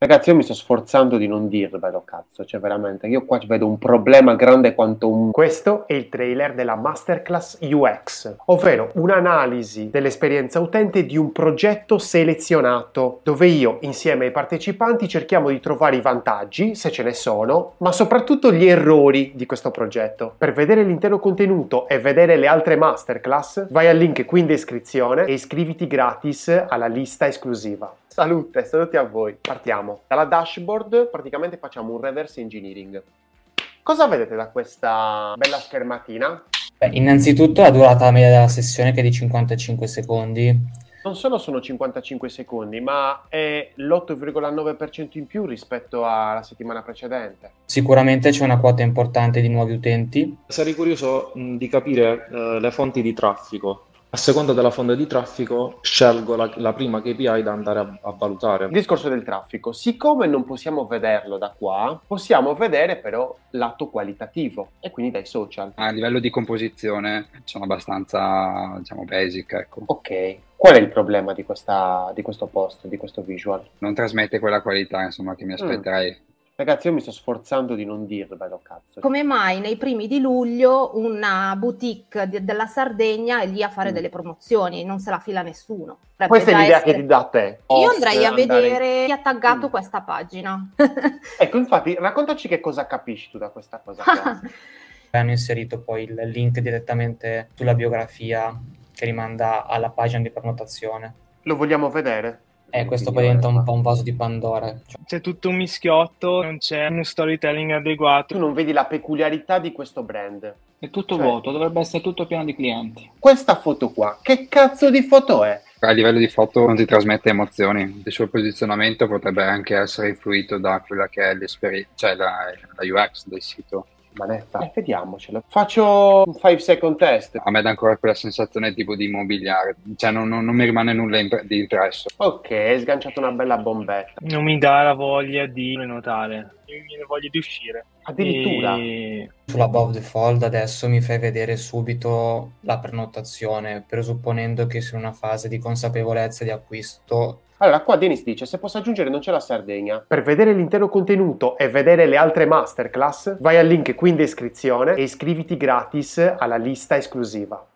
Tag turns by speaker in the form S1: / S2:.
S1: Ragazzi, io mi sto sforzando di non dirvelo, cazzo, cioè veramente, io qua vedo un problema grande quanto un...
S2: Questo è il trailer della Masterclass UX, ovvero un'analisi dell'esperienza utente di un progetto selezionato, dove io insieme ai partecipanti cerchiamo di trovare i vantaggi, se ce ne sono, ma soprattutto gli errori di questo progetto. Per vedere l'intero contenuto e vedere le altre masterclass, vai al link qui in descrizione e iscriviti gratis alla lista esclusiva.
S1: Salute, saluti a voi. Partiamo. Dalla dashboard praticamente facciamo un reverse engineering. Cosa vedete da questa bella schermatina?
S3: Beh, innanzitutto la durata media della sessione che è di 55 secondi.
S1: Non solo sono 55 secondi, ma è l'8,9% in più rispetto alla settimana precedente.
S3: Sicuramente c'è una quota importante di nuovi utenti.
S4: Sarei curioso mh, di capire eh, le fonti di traffico. A seconda della fonte di traffico, scelgo la, la prima KPI da andare a, a valutare.
S1: Il discorso del traffico, siccome non possiamo vederlo da qua, possiamo vedere però lato qualitativo e quindi dai social.
S5: A livello di composizione sono abbastanza, diciamo, basic, ecco.
S1: Ok, qual è il problema di, questa, di questo post, di questo visual?
S5: Non trasmette quella qualità, insomma, che mi aspetterei.
S1: Ragazzi, io mi sto sforzando di non dirvelo, cazzo.
S6: Come mai nei primi di luglio una boutique de- della Sardegna è lì a fare
S1: Mm.
S6: delle promozioni, non se la fila nessuno. Potrebbe
S1: Questa è
S6: già
S1: l'idea
S6: essere-
S1: che ti dà a te.
S6: Io
S1: Post,
S6: andrei a
S1: andare-
S6: vedere chi ha taggato
S1: Mm.
S6: questa pagina.
S1: Ecco, infatti, raccontaci che cosa capisci tu da questa cosa qua.
S3: Hanno inserito poi il link direttamente sulla biografia che rimanda alla pagina di prenotazione.
S1: Lo vogliamo vedere?
S3: E Eh, questo poi diventa un po' un vaso di Pandora. Cioè,
S7: C'è tutto un mischiotto, non c'è uno storytelling
S1: Tu
S7: adeguato.
S1: non vedi la peculiarità di questo brand.
S8: È tutto
S1: Cioè-
S8: vuoto, dovrebbe essere tutto pieno di clienti.
S1: Questa foto qua, che cazzo di foto è?
S5: A livello di foto non ti trasmette emozioni. Il suo posizionamento potrebbe anche essere influito da quella che è l'esperienza, cioè la, la UX del sito.
S1: Manetta. Eh, vediamocelo. Faccio un 5 second test.
S5: A me dà ancora quella sensazione tipo di immobiliare, cioè non, non- non mi rimane nulla impre- di impresso.
S1: Ok, hai sganciato una bella bombetta.
S7: Non mi dà la voglia di notare, mi viene voglia di uscire.
S1: Addirittura.
S7: E-
S3: Sull'above the fold adesso mi fai vedere subito la prenotazione, presupponendo che sia una fase di consapevolezza di acquisto.
S1: Allora, qua Denis dice, se posso aggiungere non c'è la Sardegna.
S2: Per vedere l'intero contenuto e vedere le altre masterclass, vai al link qui in descrizione e iscriviti gratis alla lista esclusiva.